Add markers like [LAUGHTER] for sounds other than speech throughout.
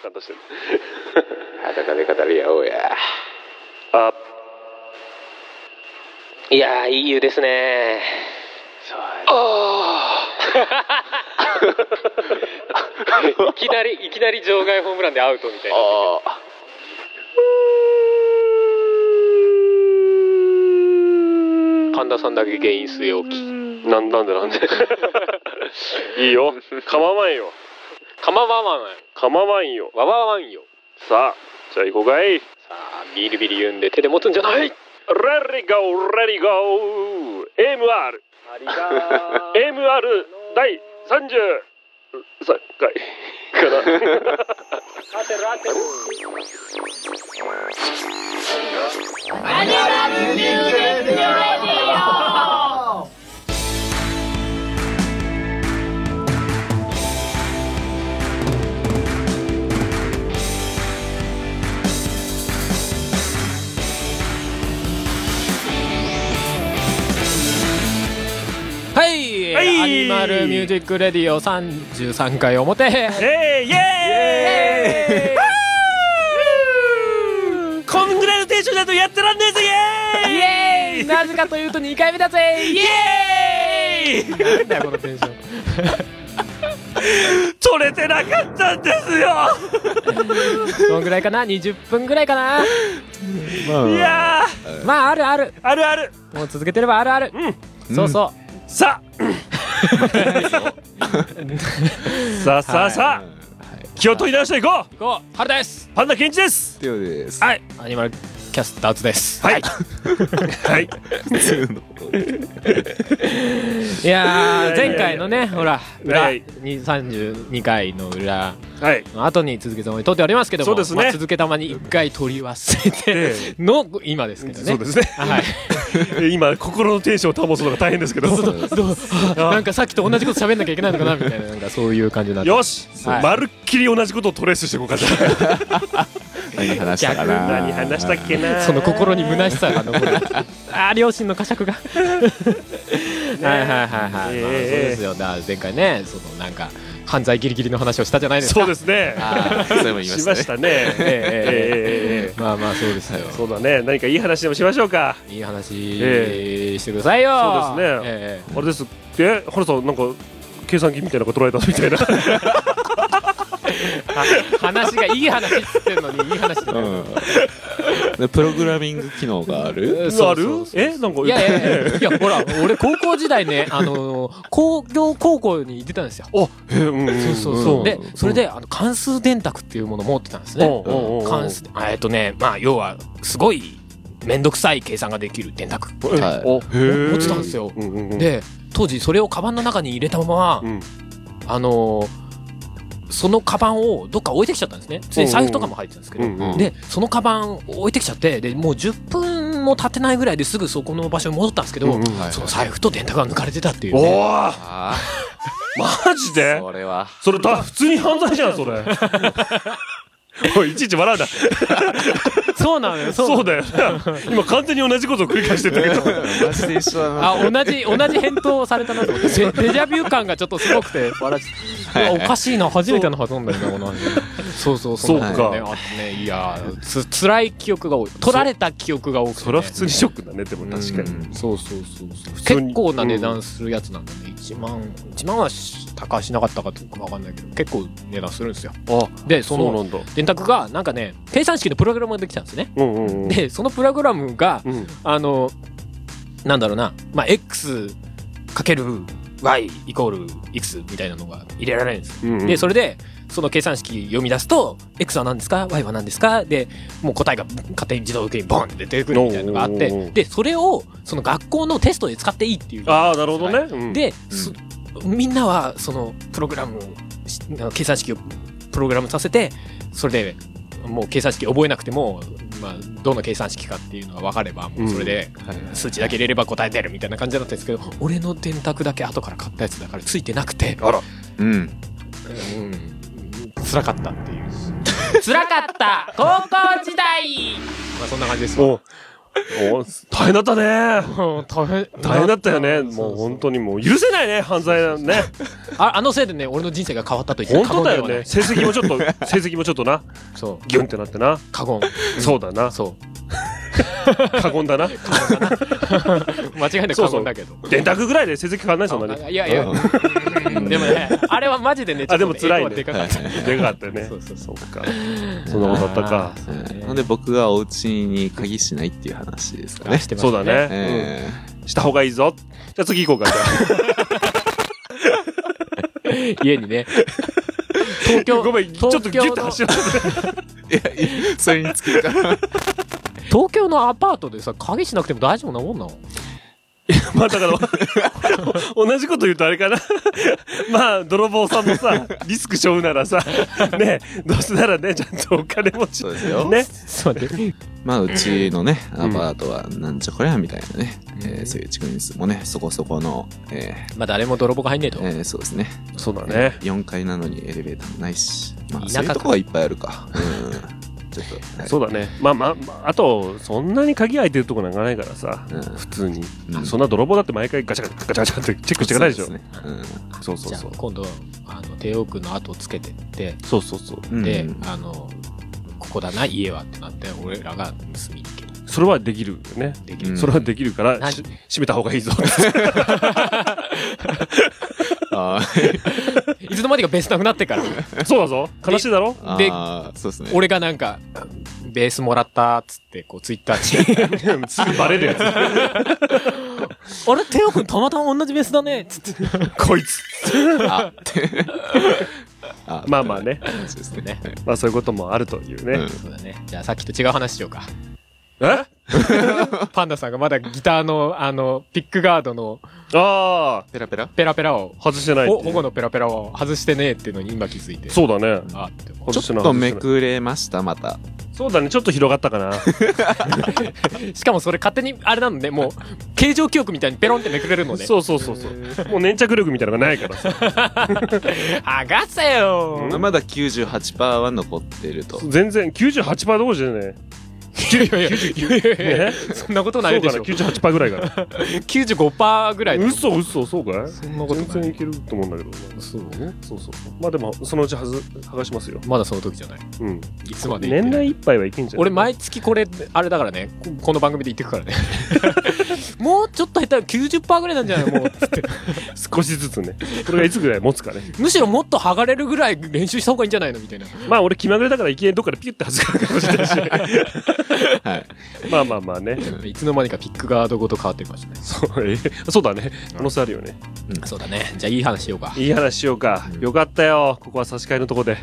さんとしてる裸で語り合おうやあいやーいい湯ですねそうああいきなりいきなり場外ホームランでアウトみたいなあ神田さんだけ原因据え置きあなんなんだなんで [LAUGHS] いいよ構わんよかまわわん構わんよわわわんよさあじゃあ行こうかいさあビリビリ言うんで手で持つんじゃない Ready go ready go MR ありが MR 第33回かなはい、はいアニマルミュージックレディオ33回表えー、イエーイコングラルテーションだとやってらんねえぜイエーイなぜかというと2回目だぜイエイエーイーイなんだよこのテンション取れてなかったんですよどのぐらいかな20分ぐらいかないやーまああるあるあるあるもう続けてればあるある、そうそさあさあさあさあ、気を取り直していこうういこう春ですパンダケンチですテオです。はいアニマルキャスターズですはい [LAUGHS] はい普通の。いやー [LAUGHS] いやいやいや前回のねほら裏、はいに32回の裏はいの後に続けたまに撮っておりますけどもそうですねまあ続けたまに1回撮り忘れてえの今ですけどねそうですねはい [LAUGHS] 今心のテンションを保つのが大変ですけど [LAUGHS] どうあなんかさっきと同じこと喋んなきゃいけないのかなみたいななんかそういう感じになってよし、はいまるっきり同じことをトレースしていこうかじゃあ何話したかな。何話したっけなその心に虚しさが [LAUGHS] 残るあー両親の呵責がはいはいはいはい、ええまあ、そうですよだから前回ねそのなんか犯罪ギリギリの話をしたじゃないですかそうですねあーそれも言いまししたまね。したねえええええええまあまあそうですよえそうだね何かいい話でもしましょうかいい話えしてくださいよ、そうですねえあれですえハルさんなんか計算機みたいなのが捉えたみたいなえは話がいい話っつってんのにいい話だねうん。でプログラミング機能がある。そうあるそうそうえなんかいやいやいやいやほら俺高校時代ねあの工業高校に出たんですよあえうんうんそうそうそう、うんでそれであの関数電卓っていうものを持ってたんですね、うんうんうんうん関数あえっとねまあ要はすごい面倒くさい計算ができる電卓うんはいおへえ持ってたんですよ、うんうんうんで当時それをカバンの中に入れたまま、うんあのーそのカバンをどっか置いてきちゃったんですねついに財布とかも入ってたんですけど、うんうんでそのカバンを置いてきちゃってでもう10分も経ってないぐらいですぐそこの場所に戻ったんですけど、うんうんはいその財布と電卓が抜かれてたっていう、おね、おあマジあ。でそれは。それだ普通に犯罪じゃんそれ [LAUGHS] おいいちいち笑うなそうなのよそうなのそうだよ [LAUGHS] 今完全に同じことを繰り返してたけどマジで一緒だな。あ同じ同じ返答をされたなと思ってデデジャビュー感がちょっとすごくて笑っちゃったおかしいな初めてのはずなんだよなこの話そうそうそうなかんだよねあってねいやつ辛い記憶が多い取られた記憶が多くて、ね、 [LAUGHS] それは普通にショックだねでも確かにうんそうそうそうそう通に結構な値段するやつなんだね1万1万はし高しなかったかとかわかんないけど結構値段するんですよあでそそうなのんだ電卓がなんかね計算式のプログラムができたんですねうんうんうんでそのプログラムがうんあの、なんだろうな、まあ、x かける y イコールいくつみたいなのが入れられるんですよ。うんうんで、それで、その計算式読み出すと、x は何ですか ?y は何ですかで、もう答えが勝手に自動受けにボンって出てくるみたいなのがあっおうおうおて、うで、それを、その学校のテストで使っていいっていう。ああなるほどねうんで、すみんなは、その、プログラムをし、計算式をプログラムさせて、それで、もう計算式覚えなくても、まあ、どの計算式かっていうのが分かれば、もうそれで数値だけ入れれば答え出るみたいな感じだったんですけど俺の電卓だけ後から買ったやつだからついてなくてあらうん。うん辛かったっていう辛かった高校時代まあそんな感じですわおお大変だったね。大変 [LAUGHS] 大変だったよね。もう本当にもう許せないね、犯罪だね。ああのせいでね俺の人生が変わったと言って本も過言当ではなだよいね。成績もちょっと、 [LAUGHS] 成績もちょっとな、そうギュンってなってな。過言そうだな。そ過言だな。う間違いなく過言だけど電卓ぐらいで成績変わんない、そん [LAUGHS] なに。いやいやうん [LAUGHS] でもねあれはマジでねあでも辛いねちょっと影響はでかはかいったでかかったよねそ。うそうそそっ [LAUGHS] か。そんなことだったか。うえーほんで僕がお家に鍵しないっていう話ですかあねし。てまそすうだね。えうんした方がいいぞ。じゃあ次行こうか。じゃ家にね東あ京 [LAUGHS] [LAUGHS] ごめん、ちょっとギュッて走らせて。ーいやそれにつきるから。東京のアパートでさ鍵しなくても大丈夫なもんなのまあだから、 [LAUGHS] 同じこと言うとあれかな。 [LAUGHS] まあ、泥棒さんも [LAUGHS] さ、リスクしょうならさ、ね、どうせならね、ちゃんとお金持ちそう。ですよ。ね。そうだねまあうちのね、んアパートはなんじゃこりゃみたいなね、えーそういう地区に住もね、そこそこの、えまあ誰も泥棒が入んねえとーえーそうですね。そうだね。 4階なのにエレベーターもないし、まあそう田舎いうとこはいっぱいあるか。 [LAUGHS] うん。ちょっと。はいそうだね。まあまあまあ、あと、そんなに鍵開いてるとこなんかないからさ、うん普通に、うんそんな泥棒だって毎回ガチャガチャガチャガチャってチェックしていかないでしょ。そうすねそうそうじゃそうあ。今度あの帝王区の後をつけてってそうそうそう。うんで、うんあのここだな家はってなって俺らが住みに行けるそれはできるよね。できる、うんそれはできるから、何し閉めた方がいいぞ。あ [LAUGHS] いつの間にかベースなくなってからそうだぞ。悲しいだろーであー、そうですね。俺がなんかベースもらったっつってこうツイッターにすぐバレるや [LAUGHS] つ。あれテオ君たまたま同じベースだねっつってこいつ。あって。あまあまあね。話ですね。はいまあそういうこともあるというね。うんそうだねじゃあさっきと違う話しようかえパンダさんがまだギターのあのピックガードのああ、ペラペラペラペラを外してないっていほう保護のペラペラを外してねえっていうのに今気づいてそうだね。あって思う外ちしてょなっいとめくれました、また。そうだね。ちょっと広がっ [LAUGHS] たかな。しかもそれ勝手にあれなのねもう形状記憶みたいにペロンってめくれるのねそうそうそう [LAUGHS] そう。もう粘着力みたいなのがないからさ。剥がせようんまだ98%は残ってると。全然、98%どころじゃねいやいやいやいやいやね [LAUGHS] そんなことそなういでかしな、ょ98%ぐらいか95%ぐらな。いだよ嘘嘘、そうかいそんなこと全な然いいけると思うんだけどな。そうそうそうそう。まあでも、そのうちはず、剥がしますよ。まだその時じゃないうん。いつまで言って年内いっぱいはいけんじゃん。俺毎月これあれだからねここの番組で言ってくからね [LAUGHS] もうちょっと減ったら90%ぐらいなんじゃないもうつ [LAUGHS] って少しずつね。これがいつぐらい持つかね。むしろもっと剥がれるぐらい練習した方がいいんじゃないのみたいなまあ俺気まぐれだからいきなりどっかでピュッて外れるかもしれないし。はい。まあまあま [LAUGHS] あね。いつの間にかピックガードごと変わってるかもしれないそうえそうだね。可能性あるよね。そうだねじゃあいい話しようかいい話しようか。よかったよ。ここは差し替えのとこで。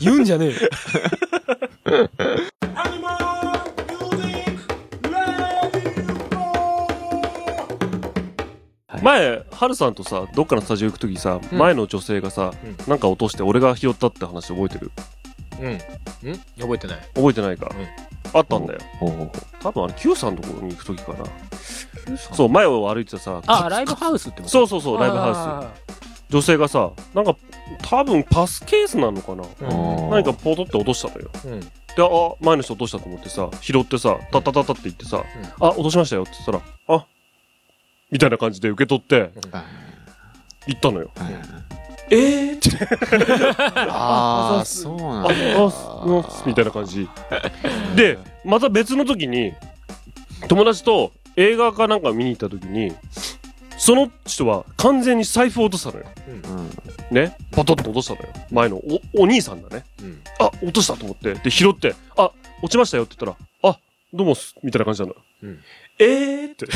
言うんじゃねえよ Animal Music Radio! 前、ハルさんとさ、どっかのスタジオ行くときさ、うん前の女性がさうん、なんか落として俺が拾ったって話覚えてるうんん覚えてない覚えてないかうん。あったんだよ。ほうほうほ多分あれ、Q さんのところに行くときかな。そう、前を歩いてたさ、あライブハウスってことそうそうそう、ライブハウス。女性がさ、なんか、多分パスケースなのかなウうあー何かポトって落としたのよ。うんで、あ、前の人落としたと思ってさ、拾ってさ、タッタタタって言ってさ、あ、落としましたよって言ったら、あ、みたいな感じで受け取って、はい行ったのよ。はいえーって、あああ、そうなあ、んだ。あ、すうんみたいな感じ。で、また別の時に、友達と映画かなんか見に行った時に、その人は完全に財布を落としたのよ。うん。ね。パトッと落としたのよ。前のお、お兄さんだね。うんあ、落としたと思って、で、拾って、あ、落ちましたよって言ったら、あ、どうもっす、みたいな感じなの。うんえーって。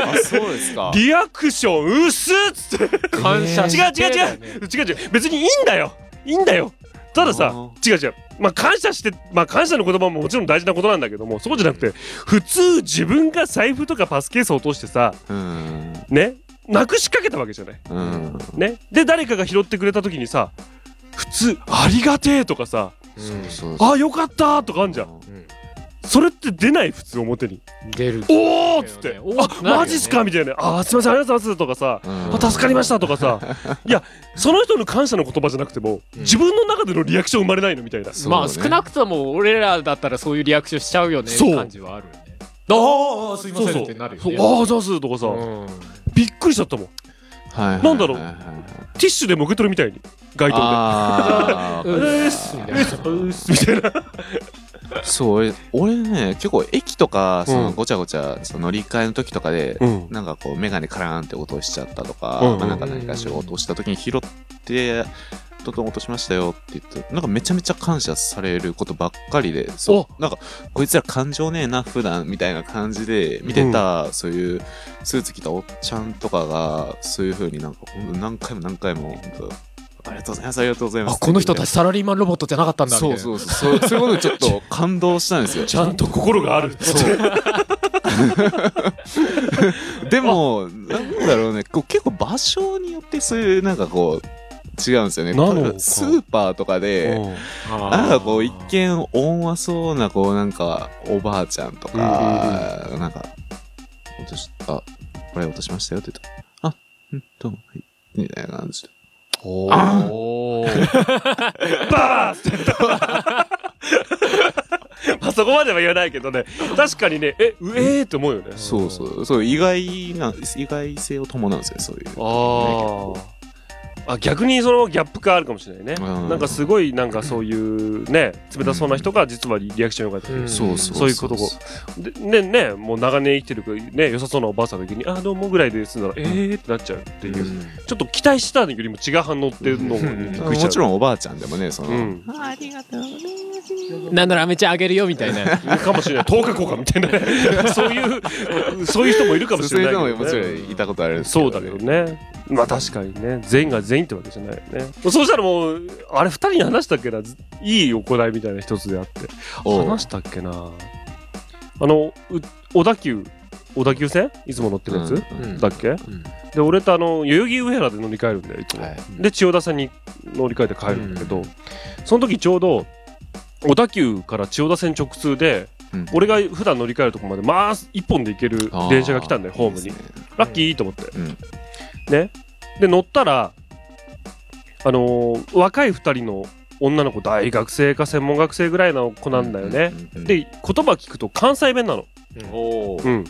あ、そうですか。リアクション薄っつって。 [LAUGHS] 感謝違う違う違う、違う違う。別にいいんだよ。いいんだよ。ただあさー、違う違う。まあ感謝して、まあ感謝の言葉ももちろん大事なことなんだけども、そうじゃなくて、普通自分が財布とかパスケースを落としてさ、うん。ね、なくしかけたわけじゃない。うん。ね。で、誰かが拾ってくれた時にさ、普通、ありがてえとかさ、そうそうあ、よかったとかあんじゃん。うんそれって出ない普通表に出るおおっつって、おーあってなるよねマジっすかみたいなあーすいませんありがとうございますとかさうんあ助かりましたと [LAUGHS] かさいやその人の感謝の言葉じゃなくても、うん自分の中でのリアクション生まれないのみたいなそうねまあ少なくとも俺らだったらそういうリアクションしちゃうよねそう感じはあるよねああすいませんってなるよそうねああざすとかさ、うんびっくりしちゃったもんテはいはいはいはいなんだろうィッシュでも受け取るみたいに街頭あで「う [LAUGHS] ーーっす」ううんーっすみたいなーそう俺俺ね結構駅とかそうのんごちゃごちゃその乗り換えの時とかでうんなんかこう眼鏡カラーンって音しちゃったとか、うんまあ、なんか何かしら音した時に拾ってトトン落としましたよって言ってなんかめちゃめちゃ感謝されることばっかりでそうなんかこいつら感情ねえな普段みたいな感じで見てた、そういうスーツ着たおっちゃんとかがそういう風になんかほんと何回も何回も本当ありがとうございますありがとうございまあすこの人たちサラリーマンロボットじゃなかったんだみたいそうなそうそうそうそういうことでちょっと感動したんですよ [LAUGHS] ちゃんと心がある [LAUGHS] でも、なんだろうね、こう結構場所によってそういう、なんかこう、違うんですよね。なのかスーパーとかで、うんあーなんかこう、一見温和そうな、こう、なんか、おばあちゃんとか、なんか、落とし、あ、これ落としましたよって言ったら、あ、うん、どうも、はい。みたいな感じで。おーバーンって [LAUGHS] 言ったまあそこまでは言わないけどね確かにねえうえーって思うよねそうそう、そう、意外な、意外性を伴うんですよ、そういう。あああ逆にそのギャップがあるかもしれないね、うんなんかすごいなんかそういうね冷たそうな人が実はリアクション良かったり、うんそうそう。そういうことこでねねもう長年生きてるね良さそうなおばあさんの時に「あーどうも」ぐらいで済んだら「えー」ってなっちゃうっていう、うんちょっと期待したのよりも違う反応っていうのもうんびっくりしちゃうもちろんおばあちゃんでもね、その、うんあありがとうございます。なんならアメちゃんあげるよみたいなやつかもしれない10日交換みたいなねそういうそういう人もいるかもしれないけどね、そうそういうのももちろんいたことあるんですけそど、うだけどね。まあ確かにね。全員が全員ってわけじゃないよね。そうしたらもう、あれ二人に話したっけな。ずいい行いみたいな一つであって。おう話したっけな。あの、う小田急、小田急線いつも乗ってるやつ、うんだっけうんで、俺とあの、代々木上原で乗り換えるんだよ、いつも。はいで、千代田線に乗り換えて帰るんだけど、その時ちょうど、小田急から千代田線直通で、うん俺が普段乗り換えるとこまで、まあ、一本で行ける電車が来たんだよ、ホームに。いいですねラッキーと思って。うんね。で、乗ったら、あのー若い2人の女の子、大学生か専門学生ぐらいの子なんだよね。。うんうんで、言葉聞くと関西弁なの。おーうん。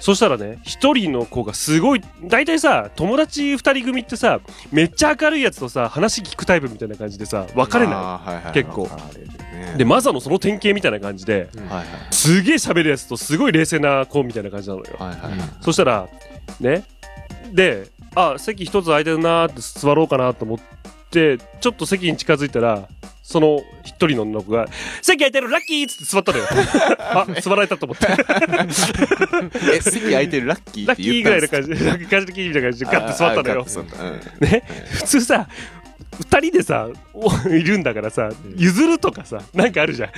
そしたらね、1人の子がすごい、大体さ、友達2人組ってさ、めっちゃ明るいやつとさ、話聞くタイプみたいな感じでさ、別れなあーはいはいはい結構分かれるねい。で、マザのその典型みたいな感じで、はいすげえ喋るやつとすごい冷静な子みたいな感じなのよ。はいはいはうんいはい。そしたら、ね、で、あ、席一つ空いてるなーって座ろうかなと思って、ちょっと席に近づいたら、その一人の女の子が、席空いてるラッキーっつって座ったのよ。あ、座られたと思って。え、席空いてるラッキーラっッてキー言っぐたらんいですかの感じで、ラッキー感じでキーみたいな感じでガッて座ったのよ。よ。ね、普通さ、二人でさ、おいるんだからさ、譲るとかさ、なんかあるじゃん。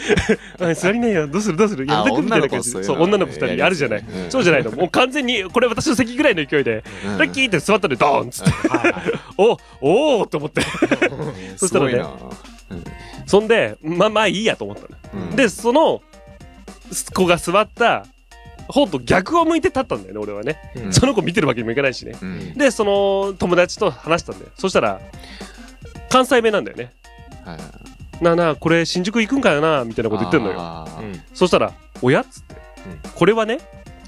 あ座りないよ、どうするどうする、やめてくみたいな感じあ女の子はそで。ういうのそう、女の子二やり人やあすいるじゃないうん。そうじゃないの。もう完全に、これ私の席ぐらいの勢いで、うんラッキーって座ったんで、ドーンっつって。おおーと思って。うんそしたら [LAUGHS] すごねいなうんそんで、まあまあいいやと思ったの。うんで、そのす子が座った方と逆を向いて立ったんだよね、俺はね。うんその子見てるわけにもいかないしね。うんで、その友達と話したんだよ。そしたら、関西弁なんだよね。はいはいなあなあ、これ新宿行くんかよな、みたいなこと言ってんのよ。あーうんそしたら、おやっつって、うんこれはね、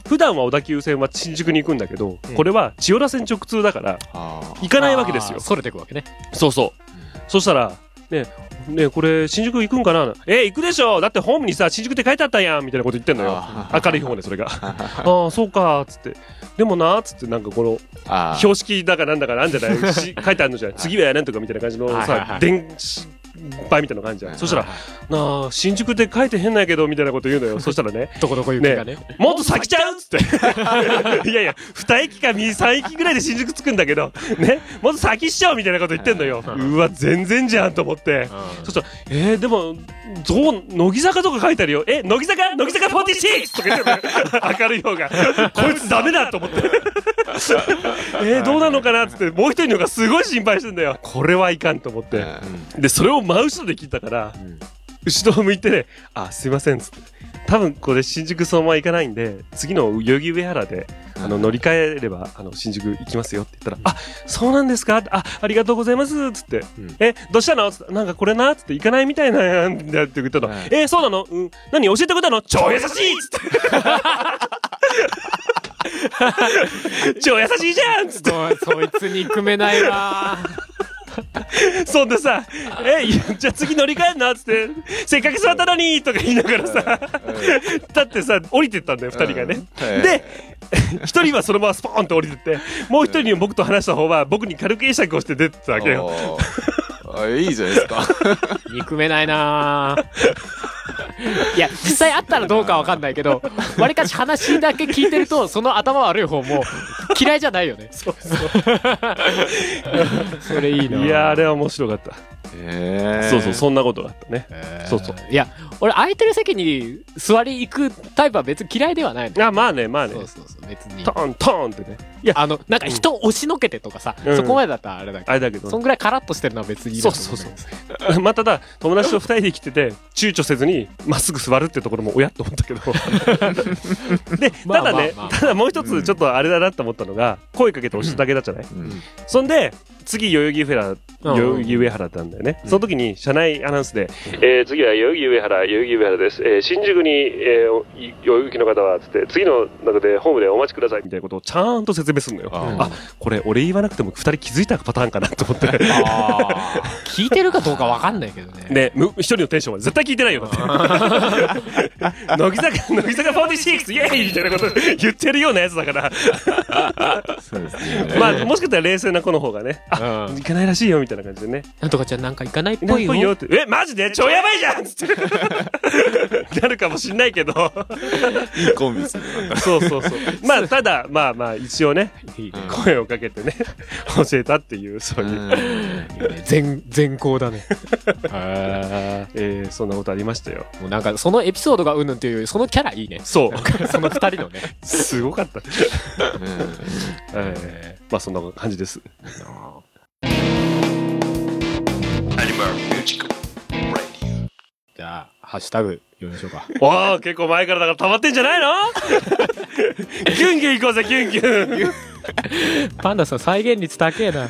普段は小田急線は新宿に行くんだけど、うんこれは千代田線直通だから、あー行かないわけですよあー。それてくわけねそうそう。そしたら、ねねこれ、新宿行くんかなえ行くでしょだってホームにさ、新宿って書いてあったやんみたいなこと言ってんのよ。あー明るい方ね、それが。ああ、そうか、つって。でもな、つって、なんかこの、あー標識だかなんだかなんじゃないし書いてあるのじゃない次はやなんとかみたいな感じのはいはいはさい電子版みたいな感じじゃんそしたら「なあ新宿で書いてへんないけど」みたいなこと言うのよそしたらねどこどこ行くかね「もっと先ちゃう?」っつ [LAUGHS] って「いやいや2駅か3駅ぐらいで新宿着くんだけどねもっと先っしょ」みたいなこと言ってんのようわ全然じゃんと思ってそしたら「えー、でもどう乃木坂とか書いてあるよえ乃木坂乃木坂 46!」とか言ってる [LAUGHS] のよ明るい方が「こいつダメだ!」と [LAUGHS] 思って「えー、どうなのかな?」っつってもう一人の方がすごい心配してんだよこれはいかんと思ってでそれを真後ろで聞いたから後ろを向いてね「あすいません」っつって「多分これ新宿そのまま行かないんで、次の代々木上原で、あの、乗り換えれば、あの、新宿行きますよって言ったら、あ、そうなんですかあ、ありがとうございますつって、うんえ、どうしたのつって、なんかこれなつって行かないみたいなんだって言ったら、はいえそうなのうん。何教えてくれたの超優しいつって。超優しいじゃんつって。おいそいつに組めないわーそんでさ、え、いやじゃあ次乗り換えんなつって、せっかく座ったのにとか言いながらさ、 [LAUGHS] 立ってさ、降りてったんだよ、二人がうね。んで、 [LAUGHS] 一人はそのままスポーンと降りてって、もう一人に僕と話した方は僕に軽く会釈をして出てったわけよ。おーあいいじゃないですか。 [LAUGHS] 憎めないなーいや実際あったらどうかわかんないけどわりかし話だけ聞いてるとその頭悪い方も嫌いじゃないよね [LAUGHS] そうそうそれいいないいやー、あれは面白かった。えーそうそう、そんなことがあったね。そうそう。いや俺空いてる席に座り行くタイプは別に嫌いではないのあ、まあね、まあねそう。そうそう別にトーン、トーンってね。いや、あのなんか人押しのけてとかさ、うんそこまでだったらあれだけどあれだけどそんぐらいカラッとしてるのは別にいいなと思んだけどね、 [LAUGHS] まあただ、友達と二人で来てて、躊躇せずに、まっすぐ座るってところも、おやっと [LAUGHS] 思ったけど。で、またあまあだねまあ、ただもう一つ、ちょっとあれだなと思ったのが、声かけて押しただけだったじゃないうん。そんで、次、代々木上原、代々木上原だったんだよね。その時に、車内アナウンスで、えー次は代々木上原、代々木上原です。えー新宿に、えーおい代々木の方は、つって、次の中で、ホームでお待ちください、みたいなことをちゃんと説明するのよ。あーあ、これ、俺言わなくても二人気づいたパターンかなと思って。あー聞いてるかどうかわかんないけどね [LAUGHS] ね、む一人のテンションは絶対聞いてないよ、だって。 [LAUGHS] 乃木坂、乃木坂46、イエーイみたいなこと言ってるようなやつだから。そうですね。まあ、もしかしたら冷静な子の方がね、あ、うん行かないらしいよ、みたいな感じでね。 [LAUGHS] なんとかちゃんなんか行かないっいなぽいいっよぽいよって。え、マジで超やばいじゃんつって。なるかもしんない [LAUGHS] けど。いいコンビですね。そうそうそう。まあ、ただ、まあまあ、一応ね、いいね声をかけ [LAUGHS] てね、教えたっていう、そうういう。ん全全校だ [LAUGHS] ねえー、そんなことありましたよ。もうなんかそのエピソードがうんぬんっていうよりそのキャラいいね [LAUGHS] そう。その二人のねすご [LAUGHS] かった。うんえー、まあ、そんな感じです。じゃあハッシュタグ読みましょうかわあ、結構前からだから溜まってんじゃないの [LAUGHS] ギュンギュン行こうぜ、ギュンギュン。 [LAUGHS] パンダさん再現率高えな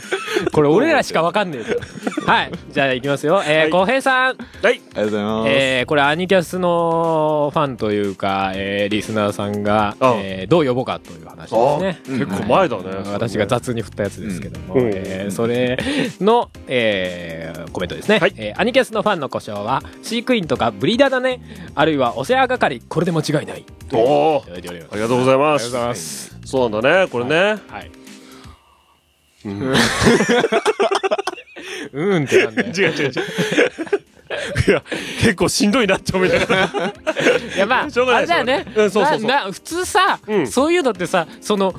これ俺らしかわかんねえよはいじゃあいきますよえはーい浩平さんはい。ありがとうございます。えーこれアニキャスのファンというか、えーリスナーさんが、ああえーどう呼ぼうかという話ですね結構前だね。私が雑に振ったやつですけども、うんえーそれの、えーコメントですね、はいえーアニキャスのファンの故障は飼育員とかブリーダーだねあるいはお世話係これで間違いないおおいた。だいておりますありがとうございます。すそうなんだね、これね。はい、 [LAUGHS] うん、うんってなんだよ違う違う違う。いや、結構しんどいなって思いながら。いやまあ [LAUGHS] しょうがあなれいだよねしょうがないうんそうそうそうなな普通さ、うんそういうのってさその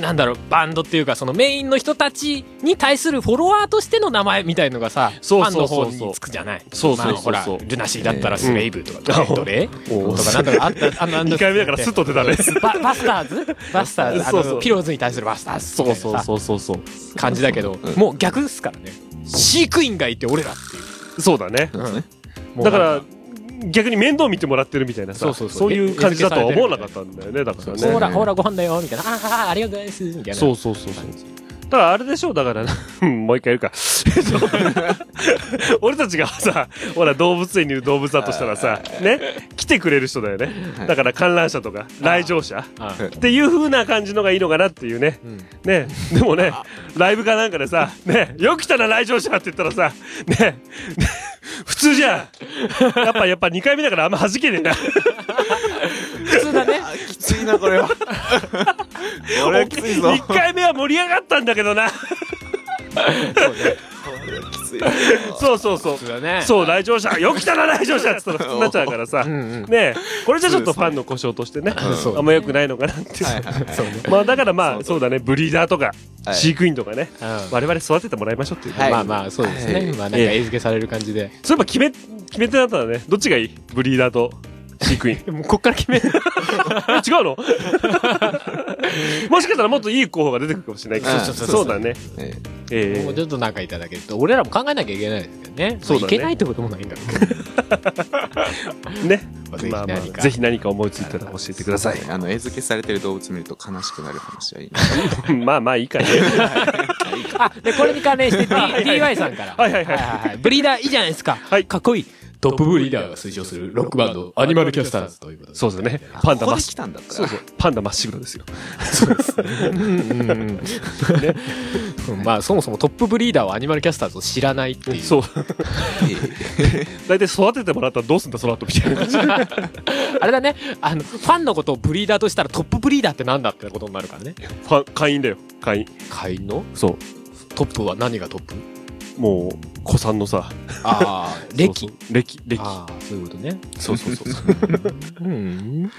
なんだろうバンドっていうかそのメインの人たちに対するフォロワーとしての名前みたいのがさそうそファンうそうそうの方につくじゃないそうそうそうそうまあほらルナシーだったらスレイブとか、うんどれおとかなんだろうあったあのあの2回目だからスッと出たね。ババスターズバスターズあそのうそうピローズに対するバスターズそうそううそうそうそう。感じだけどもう逆っすからね飼育員がいて俺らっていうそうだね。そうですね。もうだから、逆に面倒見てもらってるみたいなさ、そうそうそういう感じだとは思わなかったんだよね、だからね。ほらほらご飯だよみたいなああありがとうございますみたいなそうそうそうそう。ただあれでしょう、だから、 [LAUGHS] うんもう一回言うか。 [LAUGHS] えっと俺たちがさ、ほら、動物園にいる動物だとしたらさ、ね、来てくれる人だよね。だから観覧車とか、来場者。あーっていう風な感じのがいいのかなっていうね。ね、でもね、ライブかなんかでさ、ね、よく来たな来場者って言ったらさ、ね、ね普通じゃん。やっぱ、やっぱ2回目だからあんま弾けねえ [LAUGHS] な。普通だねきついな、これは。これはきついぞ。 1回目は盛り上がったんだけどな。きつい。そうそうそう。そうだ [LAUGHS] ねそう、来場者、よく来たな、来場者っつったら普通になっちゃうからさ、ねえこれじゃちょっとファンの故障としてね、そうあんま良くないのかなって。そうねまあだからまあ、そうだね、ブリーダーとか、はい飼育員とかね、うん我々育ててもらいましょうっていう。はいまあまあそうですね、はいまあなんか餌付けされる感じで、そういえば決め、決め手だったらね、どっちがいいブリーダーと飼育 [LAUGHS] 員。もうこっから決めるえ違うのもしかしたらもっといい候補が出てくるかもしれないけど、うんそうそうそうだね。ええもうえちょっとなんかいただけると俺らも考えなきゃいけないですけどねそうだねまあいけないってこともないんだろうけどね。まあぜひまあまあ何かぜひ何か思いついたら教えてください。あの、餌付けされてる動物見ると悲しくなる話はいいな。まあまあいいかね。 [LAUGHS] あでこれに関連して [LAUGHS] D- DY さんからはいはいはいブリーダーいいじゃないですか、はいかっこいいトップブリーダーが推奨するロックバンドアニマルキャスターズということでそうですね。パンダここ真っで白来。たんだったら。そうそう。パンダ真っ白ですよ。うんまあ [LAUGHS] そもそもトップブリーダーはアニマルキャスターズを知らないっていうそう。大体育ててもらったらどうすんだ、その後みたいな。 [LAUGHS] あれだねあのファンのことをブリーダーとしたらトップブリーダーってなんだってことになるからねファン会員だよ。会員。会員のそう。トップは何がトップもう、子さんのさ。ああ歴そうそう。歴、歴。ああそういうことねそうそうそうそう。うん [LAUGHS]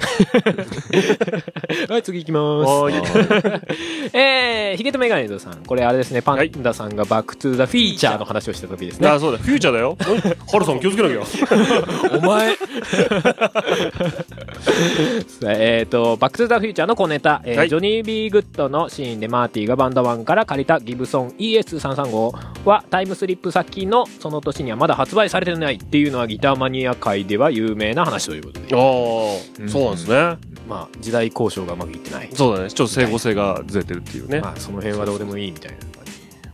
はい次行きまはすーい [LAUGHS] えー、ヒゲとメガネズさんこれあれですねパはいンダさんがバックトゥザフィーチャーの話をした時ですねああ、そうだ。フューチャー [LAUGHS] だよ。ハルさん気をつけなきゃ。お前 [LAUGHS] えっと、バックトゥザフューチャーの小ネタ、えーはいジョニー・ビー・グッドのシーンでマーティがバンドマンから借りたギブソン ES335 はタイムスリップ先のその年にはまだ発売されてないっていうのはギターマニア界では有名な話ということで、ああ、そうなんですね。まあ時代交渉がうまくいってない。そうだね。ちょっと整合性がずれてるっていうね。まあその辺はどうでもいいみたいな。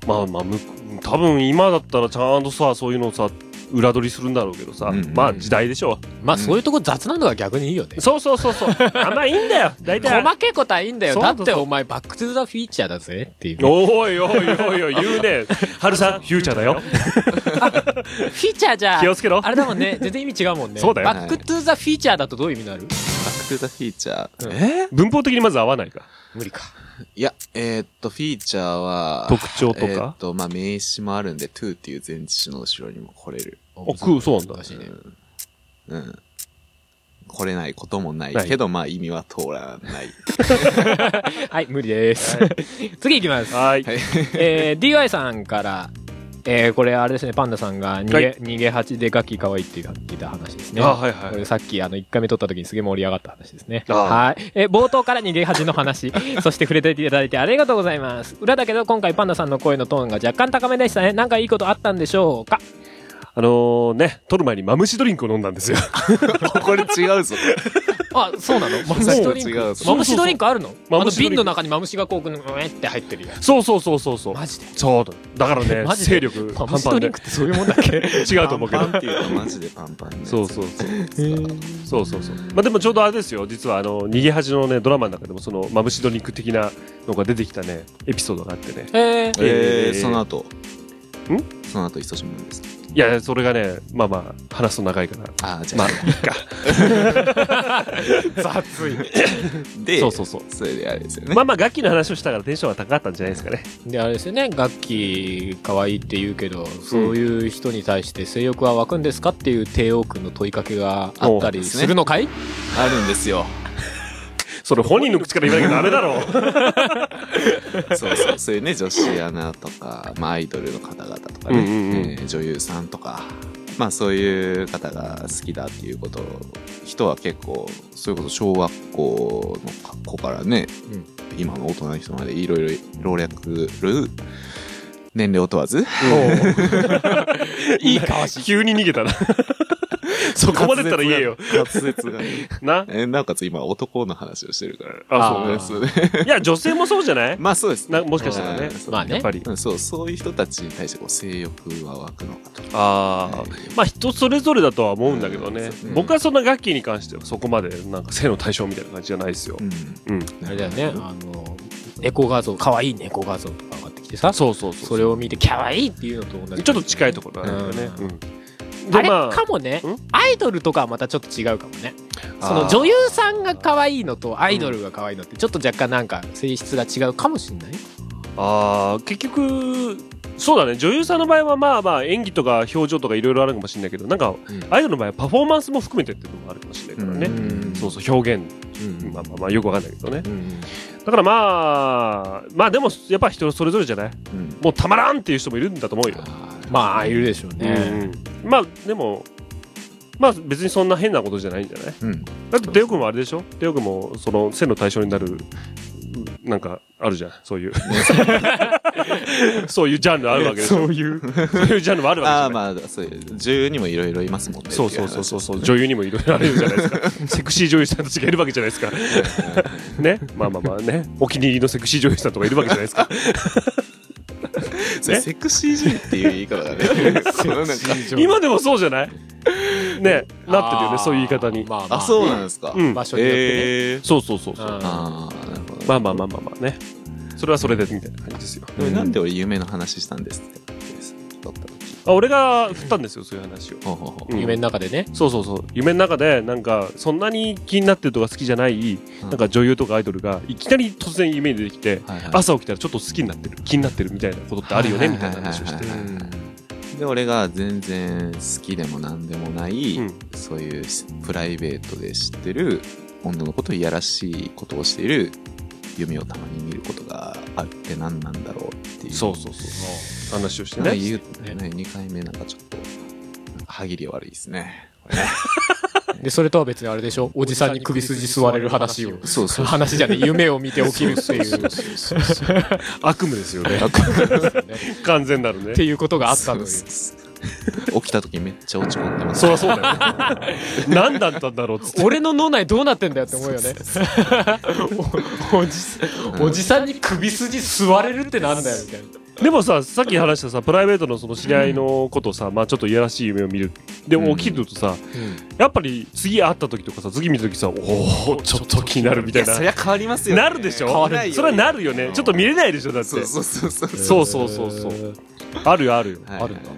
まあまあ、む多分今だったらちゃんとさ、そういうのをさ、裏取りするんだろうけどさ、うんうんまあ時代でしょまあそういうとこ雑なのが逆にいいよねう。。そうそうそうそう。あんまいいんだよ。大体。細けいことはいいんだよ。そうだそうっそうてお前バックトゥザフィーチャーだぜっていう。おいおいおいおい、言う [LAUGHS] ね。ハルさん、フューチャーだよ。フィーチャーじゃ気をつけろあれだもん [LAUGHS] ね全然意味違うもんねそうだよバックトゥザフィーチャーだとどういう意味になるバックトゥザフィーチャー。うんえ文法的にまず合わないか。無理かいや、えーっと、フィーチャーは、特徴とかえーっと、まあ、名詞もあるんで、トゥーっていう前置詞の後ろにも来れる。あ、く、そうなんだ難。しいねうん。来れないこともないないけど、まあ、意味は通らない。はい無理です、 [LAUGHS] 次いきます、はーい。えー、DY さんからえー、これあれですねパンダさんが逃げ,、はい逃げ蜂でガキ可愛いって聞いた話ですねあはいはいこれさっきあの1回目撮った時にすげえ盛り上がった話ですねあはい、えー冒頭から逃げ恥の [LAUGHS] 話そして触れていただいてありがとうございます裏だけど今回パンダさんの声のトーンが若干高めでしたねなんかいいことあったんでしょうかあのーね、撮る前にマムシドリンクを飲んだんですよ。これ違う [LAUGHS] ぞ。あそうなのマムシドリンク違うぞマムシドリンクあるのあマのムシドリンク瓶の中にマムシがこうぐえって入ってるやつそうそうそうそうそう。マジでそうだ。だからね、マジで勢力マ半ムシド端リでンクってそういうもんだっ [LAUGHS] け違うと思うけパどン。パンっていうのはマジでパンパンね。そうそうそう。そうそうそう。まあでもちょうどあれですよ。実はあの、逃げ恥のね、ドラマの中でもその、マムシドリンク的なのが出てきたね、エピソードがあってね。へえええーー、その後。その後、久しぶりです。いや、それがね、まあまあ、話すと長いから。あー、じゃあ、まあ、いいか。雑いで、そうそうそう。それであれですよね。まあまあ、楽器の話をしたからテンションが高かったんじゃないですかね。であれですよね楽器可愛いって言うけどそういう人に対して性欲は湧くんですかっていう帝王君の問いかけがあったりするのかいあるんですよ。それ本人の口から言わなきゃダメだろ。そうそう、そういうね、女子アナとか、まあ、アイドルの方々とかね、うんうんうんえー女優さんとか、まあ、そういう方が好きだっていうことを、人は結構、それこそ小学校の子からね、うん今の大人の人までいろいろ老若る、年齢を問わず、いいかわし急に逃げたな。 [LAUGHS] そこまで言ったら言えよ。滑舌が。滑舌がねな。えーなおかつ今、男の話をしてるから。あ、あそうーね。そうね。いや、女性もそうじゃないまあ、そうですねな。もしかしたらうねん。そうまあねやっぱり。うんそう、そういう人たちに対してこう性欲は湧くのかと。ああ。まあ人それぞれだとは思うんだけどうねんそう。僕はそんな楽器に関してはそこまでなんか性の対象みたいな感じじゃないですよう。ん。うん。あれだよねあの猫画像可愛い猫画像とか上がってきてさそうそうそそう。れを見て可愛いっていうのと同じちょっと近いところなんだよね。うんうんあでれまかもねん、アイドルとかはまたちょっと違うかもね。あーその女優さんが可愛いのとアイドルが可愛いのってちょっと若干なんか性質が違うかもしれない。ああー結局そうだね女優さんの場合はまあまあ演技とか表情とかいろいろあるかもしれないけどなんかうんアイドルの場合はパフォーマンスも含めてっていうのもあるかもしれないからね、うんそうそう表現、うんまあまあまあよくわかんないけどねうんだからまあまあでもやっぱ人それぞれじゃないうん。もうたまらんっていう人もいるんだと思うよ、あーまあいるでしょうね。うん、まあでもまあ別にそんな変なことじゃないんじゃないうん。だってデオ君もあれでしょデオ君もその背の対象になるなんかあるじゃん。そういう。そういうジャンルあるわけですそうよ。いう。そういうジャンルもあるわけで [LAUGHS] あすよあ、まあ、そういう、女優にもいろいろいますもんね。そうそうそうそうそう、ってい話女優にもいろいろあるじゃないですか。セクシー女優さんたちがいるわけじゃないですか。ね、まあまあまあね、お気に入りのセクシー女優さんとかいるわけじゃないですか。それねセクシー女優っていう言い方 [LAUGHS] がね。そのなんか今でもそうじゃないね、なってるよね、あーそういう言い方に。まあ、まあ、あ、そうなんですか。うん場所によってね。ええ。そうそうそうそう。うんああ、なるほど。まあまあまあまあまあね。それはそれでみたいな感じですよ。でもなんで俺夢の話したんですって撮った時あ俺が振ったんですよ、そういう話を。ほうほうほううん夢の中でね。そうそうそう夢の中でなんかそんなに気になってるとか好きじゃない、うんなんか女優とかアイドルがいきなり突然夢に出てきて、はいはい朝起きたらちょっと好きになってる気になってるみたいなことってあるよね、みたいな話をして、はいはいはいはいで俺が全然好きでも何でもない、うんそういうプライベートで知ってる女の子といやらしいことをしている夢をたまに見ることがあるって何なんだろうっていうそうそうそう話をしてなんかね [LAUGHS] 言うとね2回目なんかちょっとなんか歯切り悪いです [LAUGHS] ねで、それとは別にあれでしょおじさんに首筋吸われる話を。そう [LAUGHS] そう話じゃね [LAUGHS] 夢を見て起きるっていう。悪夢ですよね完全なるねっていうことがあったという。そうそう起きた時めっちゃ落ち込んでますそりゃそうだよね何だったんだろうっつって俺の脳内どうなってんだよって思うよね。おおじさん [LAUGHS] おじさんに首筋吸われるってなんだよみたいな。でもささっき話したさプライベートのその知り合いのことをさ、まあ、ちょっといやらしい夢を見るでも起きるとさ、やっぱり次会った時とかさ次見た時さおおちょっと気になるみたいなりゃ変わりますなるでしょそれはなるよね。ちょっと見れないでしょ、だって。そうそうそうそうそうそうそうそうあるよあるよ。はいあるんだ。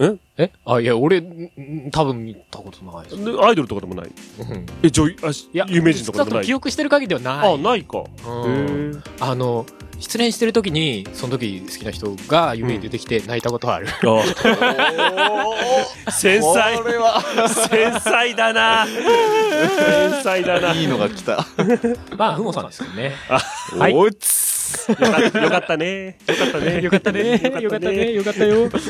ええあ、いや、俺、んん多分見たことないです。でアイドルとかでもない。うんえ、女優、あしいや、有名人とかでちょもっな記い。憶してる限りではない。あ、ないうか。んへえあの、失恋してる時に、その時好きな人が夢に出てきて泣いたことはある。あ繊細。これは繊細だな。繊細だな。いいのが来た。 [LAUGHS] まあ、ふもさんですよね。はいおつ。よかったよかったね。よかったね。よかったね。 [LAUGHS] よかったね。。よかったよ。 [LAUGHS]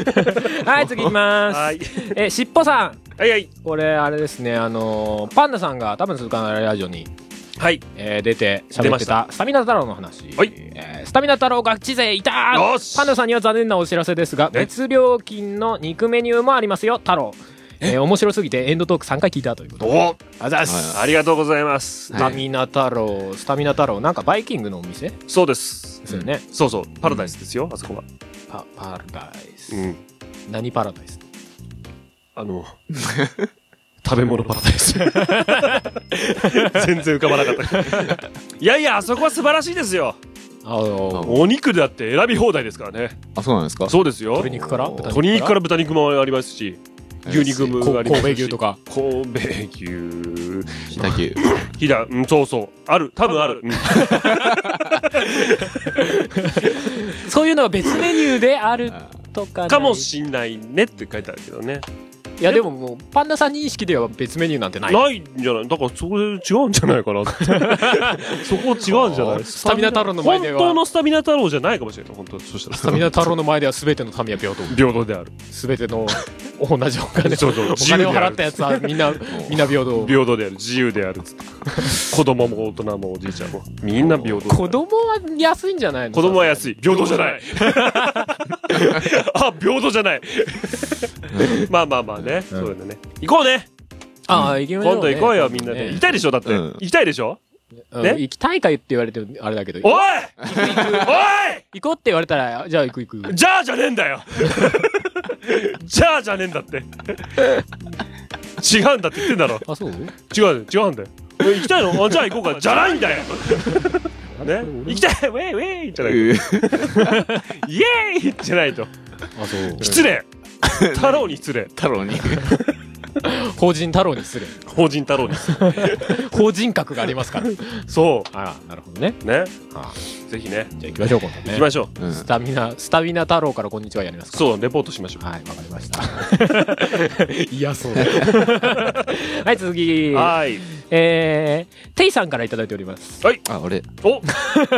はい、次行きます。はい。え、しっぽさん。はいはい。これ、あれですね、あのーパンダさんが多分、鈴鹿のラジオに、はい。えー出て出喋っまてしたたスタミナ太郎の話、はいえースタミナ太郎ガチ勢いたよーしパンダさんには残念なお知らせですが、ね別料金の肉メニューもありますよ太郎えー面白すぎてエンドトーク3回聞いたということでおあざっはす、ありがとうございますス。タミナ太郎スタミナ太郎なんかバイキングのお店でそうです。すよね、そうそう。パラダイスですよ、あそこは。パパラダイス、うん。何パラダイスあの、 [LAUGHS] 食べ物パラダイス。全然浮かばなかった。 [LAUGHS] いやいや、あそこは素晴らしいですよ。 [LAUGHS] あのーお肉だって選び放題ですからね。あ、そうなんですかそうですよ。鶏肉から豚鶏肉から豚肉もありますし、牛肉こもありますし。神戸牛とか神戸牛。日田牛。ひだ、うん、そうそう。ある。多分ある。うんそういうのは別メニューであるとかないかもしんないねって書いてあるけどね。いやでももうパンダさん認識では別メニューなんてないないんじゃないだからそこで違うんじゃないか [LAUGHS] なって。そこ違うんじゃないスタミナ太郎の前では本当のスタミナ太郎じゃないかもしれない。本当そしたら。スタミナ太郎の前では全ての民は平等平等である。全ての同じお金そうそうお金を払ったやつはみんなみんな平等平等である自由であるっつって子供も大人もおじいちゃんもみんな平等子供は安いんじゃないの子供はさ安い平等じゃない [LAUGHS] あ平等じ [LAUGHS] ゃないまあまあまあね、そうだね行こうねすがにああ行きましょう今度行こうよみんなで、行きたいでしょだっうて、ん行きたいでしょうんね行きたいか言って言われてあれだけどおい行おこうって言われたらじゃあ行く行くいじゃあじゃねえんだよ [LAUGHS] じゃあじゃねえんだって違うんだって言ってんだろあそう違う違うんだよえ行きたいのあじゃあ行こうかじゃないんだよね行きたいウェイウェイじゃないイエーイじゃないとあそう失礼太郎に失礼太郎に。法人太郎にする法人太郎に失礼法人格がありますからそ [LAUGHS] ああなるほどねうねあぜひねじゃあ行きましょう今度行ねきましょううんスタミナスタミナ太郎からこんにちはやりますかそうレポートしましょはい、わかりました。 [LAUGHS] いや、そう。はい、続きう。はいえー、テイさんからいただいております。 [LAUGHS] あ、俺。お [LAUGHS]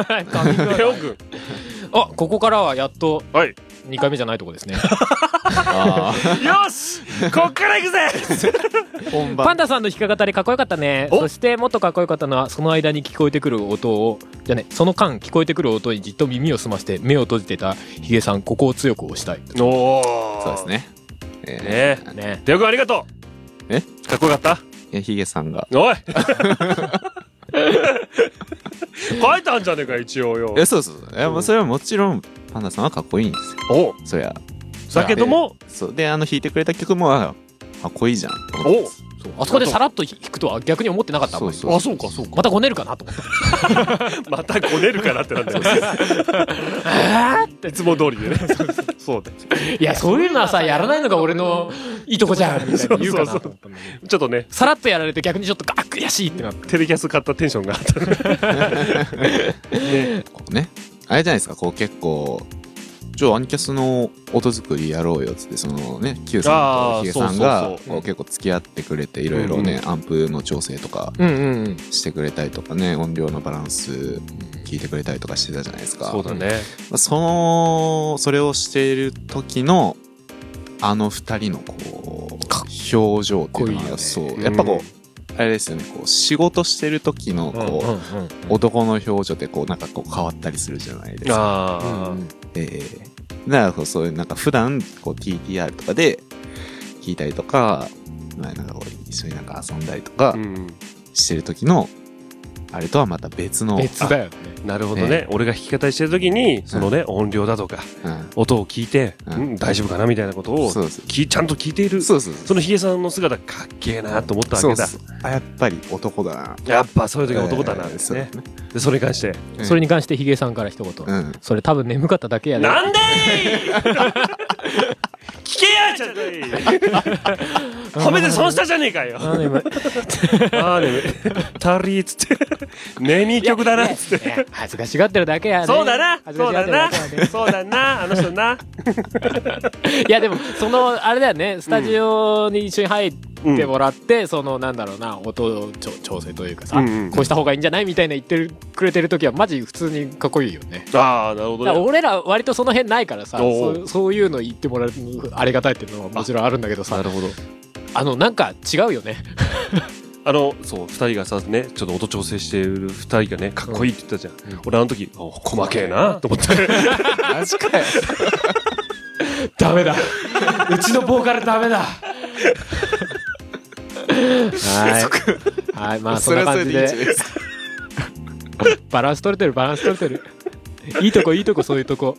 あ、レオくんここからはやっと、はい2回目じゃないとこですね。あーよしこっから行 [LAUGHS] くぜ本 [LAUGHS] パ番ンダさんの弾き語りかっこよかったね。おそしてもっとかっこよかったのは、その間に聞こえてくる音を、じゃあね、その間聞こえてくる音にじっと耳を澄まして目を閉じてたヒゲさん、ここを強く押したい。おおそうですね。えーねえね。デオ君ありがとうえかっこよかったいやヒゲさんが。 [LAUGHS] おい書いたんじゃねえか一応よえ、そうそうそう。いや、もうそれはもちろん、パンダさんはかっこいいんですよ。おそりゃ。だけどもそう。で、あの、弾いてくれた曲も、あ、かっこいいじゃんって思っておます。そうあそこでさらっと弾くとは逆に思ってなかったあんまりそうそうあそうか、そうか。またごねるかなと思 [LAUGHS] った。またこねるかなってなんだよいつも通りで [LAUGHS] ねそうねいや、そういうのはさ、やらないのが俺のいいとこじゃんみたいな言う [LAUGHS] かなそうとそう思ったんだけどちょっとねさらっとやられて逆にちょっと、あ、悔しいってなって。テレキャス買ったテンションがあったこうね。あれじゃないですか、こう結構、ちょ、アニキャスの音作りやろうよっつって、そのね、Q さんあーとヒゲさんそうがそうそうこう結構付き合ってくれて、いろいろうんね、アンプの調整とかうんうんうん。してくれたりとかね、音量のバランス聞いてくれたりとかしてたじゃないですか。だねまあその、それをしている時の、あの二人のこう、表情っていうのかっこいいよねは、そう、やっぱこう、あれですよね、こう、仕事してる時の、こう、男の表情ってこう、なんかこう変わったりするじゃないですか。ああええだからこうそういうなんか普段こう TTR とかで聞いたりとか、まあ、なんかこう一緒になんか遊んだりとかうんしてる時の、あれとはまた別の。別だよね。なるほどね、俺が弾き語りしてる時にそのね、音量だとかあ。音を聞いて、うんうん大丈夫かなみたいなことうをん。そうそう。きちゃんと聞いているそそうそうそう。のヒゲさんの姿かっけえなと思ったわそけうだそうあ、やっぱり男だな。やっぱそういう時は男だなえんえですね、。でそれに関してうんそれに関してヒゲさんから一言。そうだねそれ多分眠かっただけやで。なんでい聞けやちゃんとい褒めて損したじゃねえかよあの今ああねたりーっつってねに曲だなっつってね恥ずかしがってるだけやねそうだな恥ずそかうしがっだてるだけなやねそうだなあの人ないやでもそのあれだよねスタジオに一緒に入ってもらって、そのなんだろうな音調調整というかさ、うんうんこうした方がいいんじゃないみたいな言ってるくれてる時はマジ普通にかっこいいよねああなるほだからどね俺ら割とその辺ないからさおうそうそういうの言ってもらえるありがたいっていうのはもちろんあるんだけどさなるほどあのなんか違うよねあのそう二人がさねちょっと音調整してる二人がねかっこいいって言ったじゃん、うん俺あの時お細けえなと思ってうん。マジか [LAUGHS] よ。ダメだうちのボーカルダメだはいはいまあそんそれなはそれで感じいいでじゃないですか。バランス取れてるバランス取れてるいいとこいいとこそういうとこ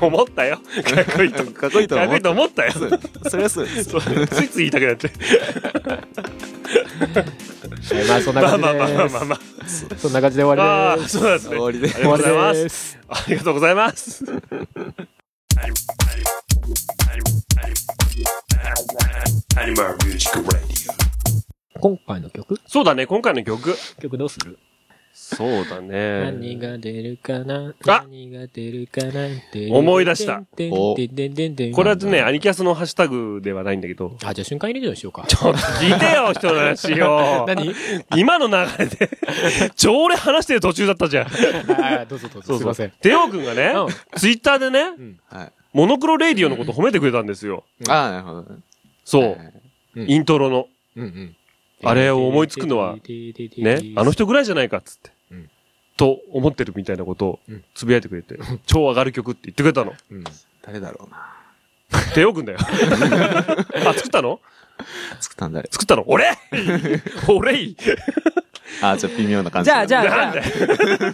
思ったよかっこいいとかっこいいとかっ思こいいと思ったよう。それはそうです。そうついつい言いたくなっちゃうはいまあそんなまあ感じまあまあまあでまあますそんな感じで終あわありーですそうなんですね終わりでありがとうございま終わりすすありがとうございます今回の曲そうだね今回の曲曲どうするそうだ何ねが出るかなあ何が出るかな思い出したおここれはねアニキャスのハッシュタグではないんだけどあじゃあ瞬間入れるようにしようかちょっと聞いてよ、人の話 [LAUGHS] よ。何今の流れで、超俺話してる途中だったじゃん。あどうぞどうぞすいません。テオ君がねう、ツイッターでね、はい。モノクロレイディオのこと褒めてくれたんですよ。ああ、なるほどね。そう。うんイントロの。うんうんあれを思いつくのはねね、あの人ぐらいじゃないかっつってうん。と思ってるみたいなことをうんつぶやいてくれて、超上がる曲って言ってくれたの。うん誰だろうな。テオ君 [LAUGHS] だよ。あ、作ったの作ったん誰作ったの [LAUGHS] 俺俺いあ、ちょっと微妙な感じ。じゃあじゃあじなゃんあだよ。じ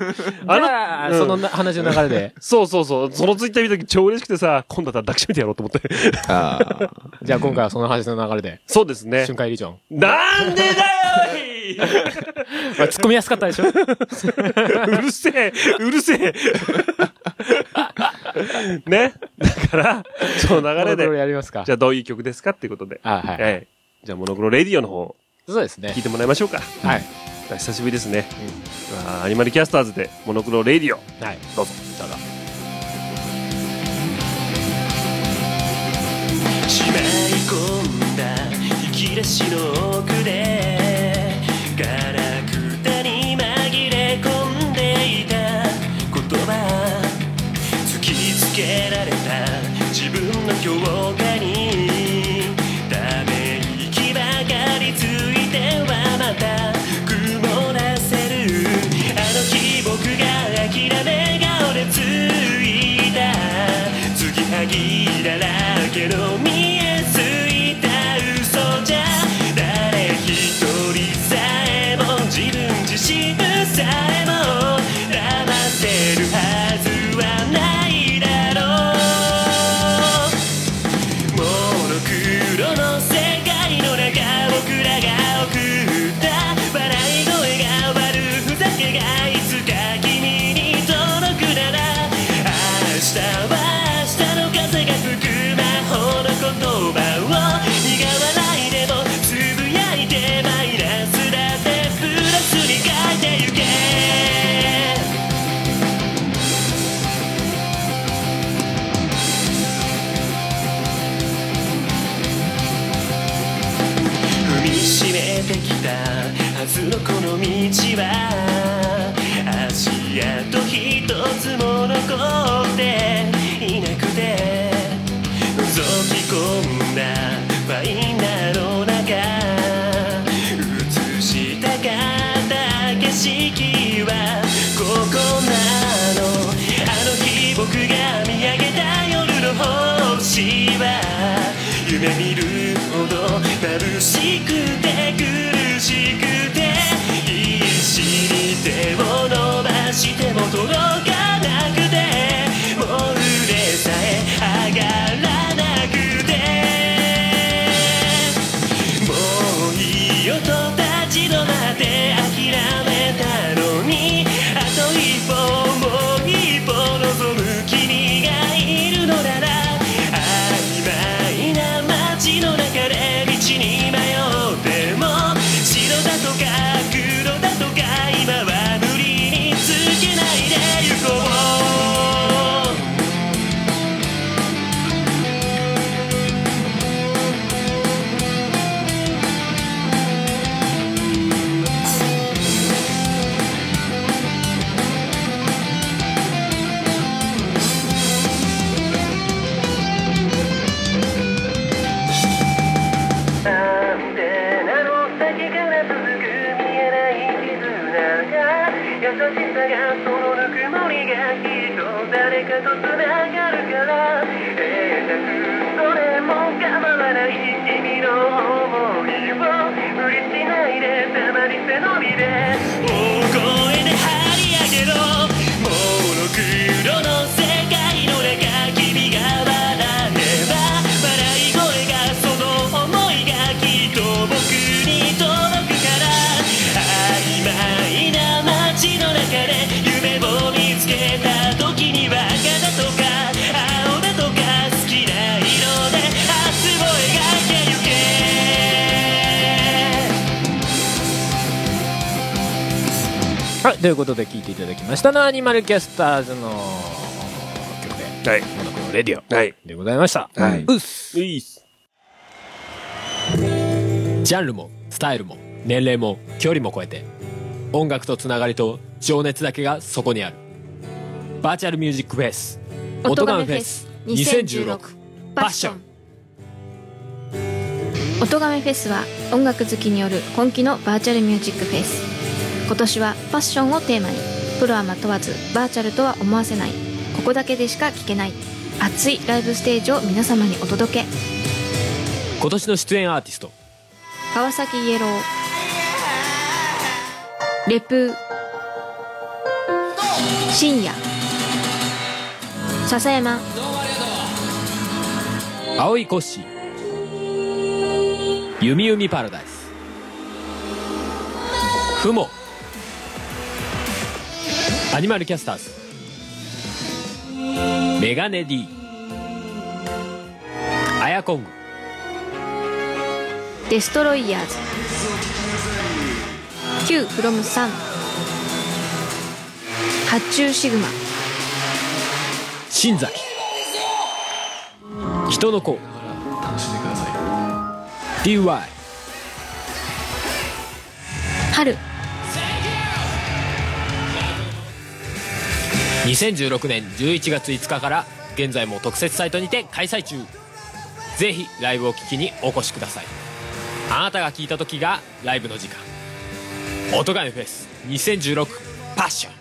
ゃあうんそのな話の流れ [LAUGHS] でそうそうそう。そのツイッター見た時超嬉しくてさ、今度だったら抱きしめてやろうと思って。あー。じゃあ今回はその話の流れでそうですね瞬。間入りじゃんな [LAUGHS] んでだよまあ突っ込みやすかった [LAUGHS] でしょおいうるせえうる [LAUGHS] せえね。だから、その流れこれで、やりますかじゃあどういう曲ですかっていうことで。あはいはい。じゃあ、モノクロレディオの方、そうですね聞いてもらいましょうか。はい久しぶりですね。あーアニマルキャスターズで、モノクロレディオ。はいどうぞ。どうぞ。しまい込んだ引き出しの奥でガラクタに紛れ込んでいた言葉突きつけられた自分の評価にため息ばかりついてはまた曇らせるあの日僕が諦め顔でついた継ぎはぎだらけの見えすいた嘘じゃ誰一人さえも自分自身さえも騙せるはずはないだろうモノクロの世界の中僕らが送った笑い声が悪ふざけがいつか君に届くなら明日は明日の風が吹く魔法の言葉を苦笑いでもつぶやいてマイナスだってプラスに変えてゆけ踏みしめてきたはずのこの道は足跡一つも残っていなくて覗き込んだファイナーの中映したかった景色はここなのあの日僕が見上げた夜の星は夢見るほど眩しくて苦しくて必死に手を伸ばしても届かなくてもう腕さえ上がらなくてもういいよと立ち止まって諦めたのにあと一歩もう一歩望む君がいるのなら曖昧な街の中で道に迷っても白だとか黒だとか今は無理につけないで行こうアンテナの先から続く見えない絆が優しさがそのぬくもりがきっと誰かとつながるから永遠それも構わない君の想いを無理しないでたまに背伸びで大声で張り上げろモノクロの世界の中君が笑えば笑い声がその想いがきっと僕に届くから曖昧な街の中で夢を見つけた時には赤だとか青だとか好きな色で明日を描いてゆけはい、ということで聞いていただきましたのはアニマルキャスターズの曲ではい。 「モノクロレディオはい。」でございました、はいうんうっすいいっす。ジャンルもスタイルも年齢も距離も超えて音楽とつながりと情熱だけがそこにあるバーチャルミュージックフェス音ガメフェス2016パッション音ガメフェスは音楽好きによる本気のバーチャルミュージックフェス今年はパッションをテーマにプロアマ問わずバーチャルとは思わせないここだけでしか聞けない熱いライブステージを皆様にお届け今年の出演アーティスト川崎イエローレプー深夜笹山青井コッシー弓弓パラダイスふもアニマルキャスターズメガネ D アヤコングデストロイヤーズ Q フロム3発注シグマ新崎人の子楽しんでください春 DY 2016年11月5日から現在も特設サイトにて開催中ぜひライブを聴きにお越しくださいあなたが聞いた時がライブの時間「音ガメフェス2016パッション」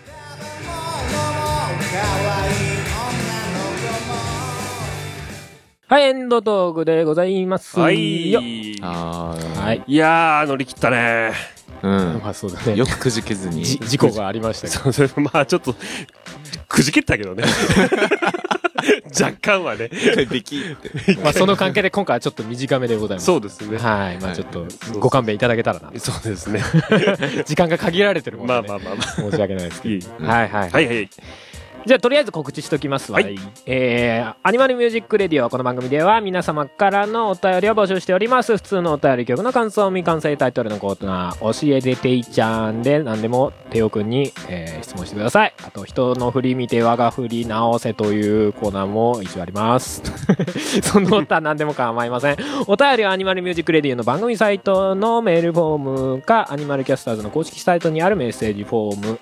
はいエンドトークでございますはい。よいあーはいやー、乗り切ったね。うん。まあそうだねよくくじけずに。じ事故がありましたけどそうそれまあちょっと、くじけたけどね。 [LAUGHS] 若干はね。一回ビ [LAUGHS] キって。まあその関係で今回はちょっと短めでございますそうですね。はいまあちょっとご勘弁いただけたらなそうですね。 [LAUGHS] 時間が限られてるもんねまあまあまあまあ。申し訳ないですけいい [LAUGHS] ど。はいはい。はいはい。じゃあ、とりあえず告知しときますわ。はいえー、アニマルミュージックレディオ、この番組では皆様からのお便りを募集しております。普通のお便り曲の感想、未完成タイトルのコーナー、教えてていちゃんで何でも、ておくんに、えー質問してください。あと、人の振り見て我が振り直せというコーナーも一応あります。その他何でも構いません。お便りはアニマルミュージックレディオの番組サイトのメールフォームか、アニマルキャスターズの公式サイトにあるメッセージフォーム、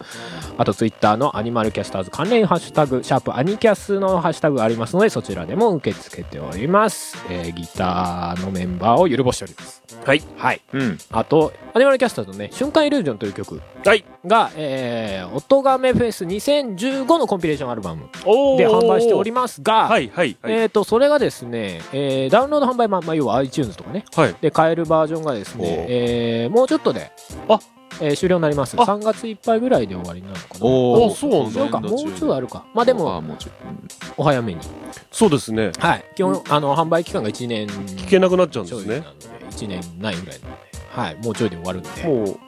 あとツイッターのアニマルキャスターズ関連ハッシュタグ、シャープアニキャスのハッシュタグがありますので、そちらでも受け付けております。えーギターのメンバーをゆるぼしております。はい。はい。うん。あと、アニマルキャスターズのね、瞬間イリュージョンという曲はい。が、えー、音亀フェス2015のコンピレーションアルバムおで販売しておりまますが、はいはいはい。えー、とそれがですね、えーダウンロード販売版、まあ、要は iTunes とかね、はいで買えるバージョンがですねお、えーもうちょっとであえー終了になりますあ3月いっぱいぐらいで終わりになるのかなおーあそうなんだそうかもうちょいある。るかまあであーももうちょい。お早めにそうですね。はい基本あの販売期間が1年聞けなくなっちゃうんちでょいすなね。ので1年ないぐらいなので、はい、もうちょいで終わるんでもう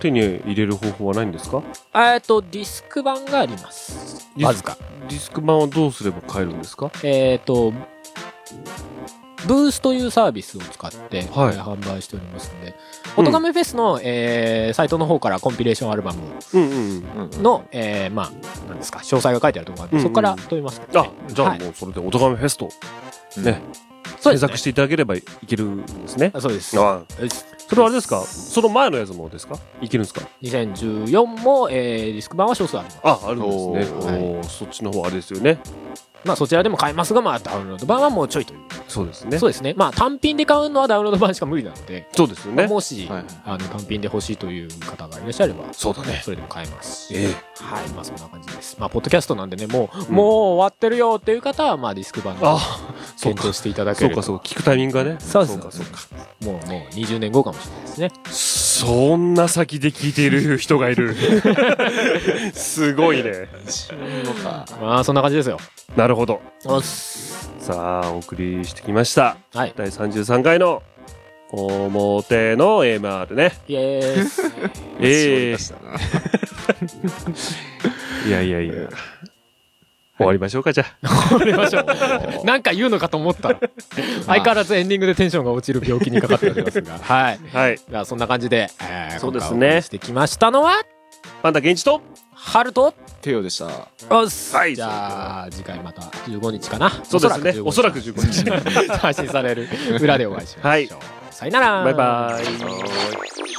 手に入れる方法はないんですかえー、とディスク版がありますディスわずかディスク版はどうすれば買えるんですかえー、とブースというサービスを使って、はいえー販売しておりますので、うんオトガメフェスの、えーサイトの方からコンピレーションアルバムうんうん。うん。うん。の、えーまあ、なんですか、詳細が書いてあるところがあって、うんうんそこから飛びますけど、あね、じゃはあいもうそれでおとがめフェスとうんね、そうですね検索していただければいけるんですね。あそうです。あよしそれはあれですかその前のやつもですかいけるんですか2014も、えーディスク版は少数あります。あ、あるんですね。おおーーそっちの方あれですよね。まあ、そちらでも買えますが、まあ、ダウンロード版はもうちょいという。そうですね。そそうですね。まあ、単品で買うのはダウンロード版しか無理なので、うですよまあね。もし、はいはいあの単品で欲しいという方がいらっしゃれば、そうだねそれでも買えますし。ええはい、まあそんな感じです。まあ、ポッドキャストなんでね、もう、うんもう終わってるよっていう方は、まあ、ディスク版をあ、そう検か討。していただけそうるかと。そうか。聞くタイミングがね。そうですそうかそうか。もう、もう20年後かもしれないですね。そんな先で聞いている人がいる。 [LAUGHS] すごいね。まあ、そんな感じですよ。 [LAUGHS] なるほど。おっす。さあ、お送りしてきました。はい。第33回の表の MR ね。イエース。ええ絞り出したな。 [LAUGHS] いやいやいや。終わりましょうか、じゃあ。終わりましょう。なんか言うのかと思ったら。相変わらずエンディングでテンションが落ちる病気にかかっておりますが。はい。 [LAUGHS] はい。じゃあ、そんな感じで、えー、そうですね今回お送りしてきましたのは、パンダ現地と、ハルト。テオでした。おっす。はいじゃあ、次回また15日かな。そうですね。おそらく15 15日。 [LAUGHS] 日。配信される裏でお会いしましょう。はいさよなら。バイバイ。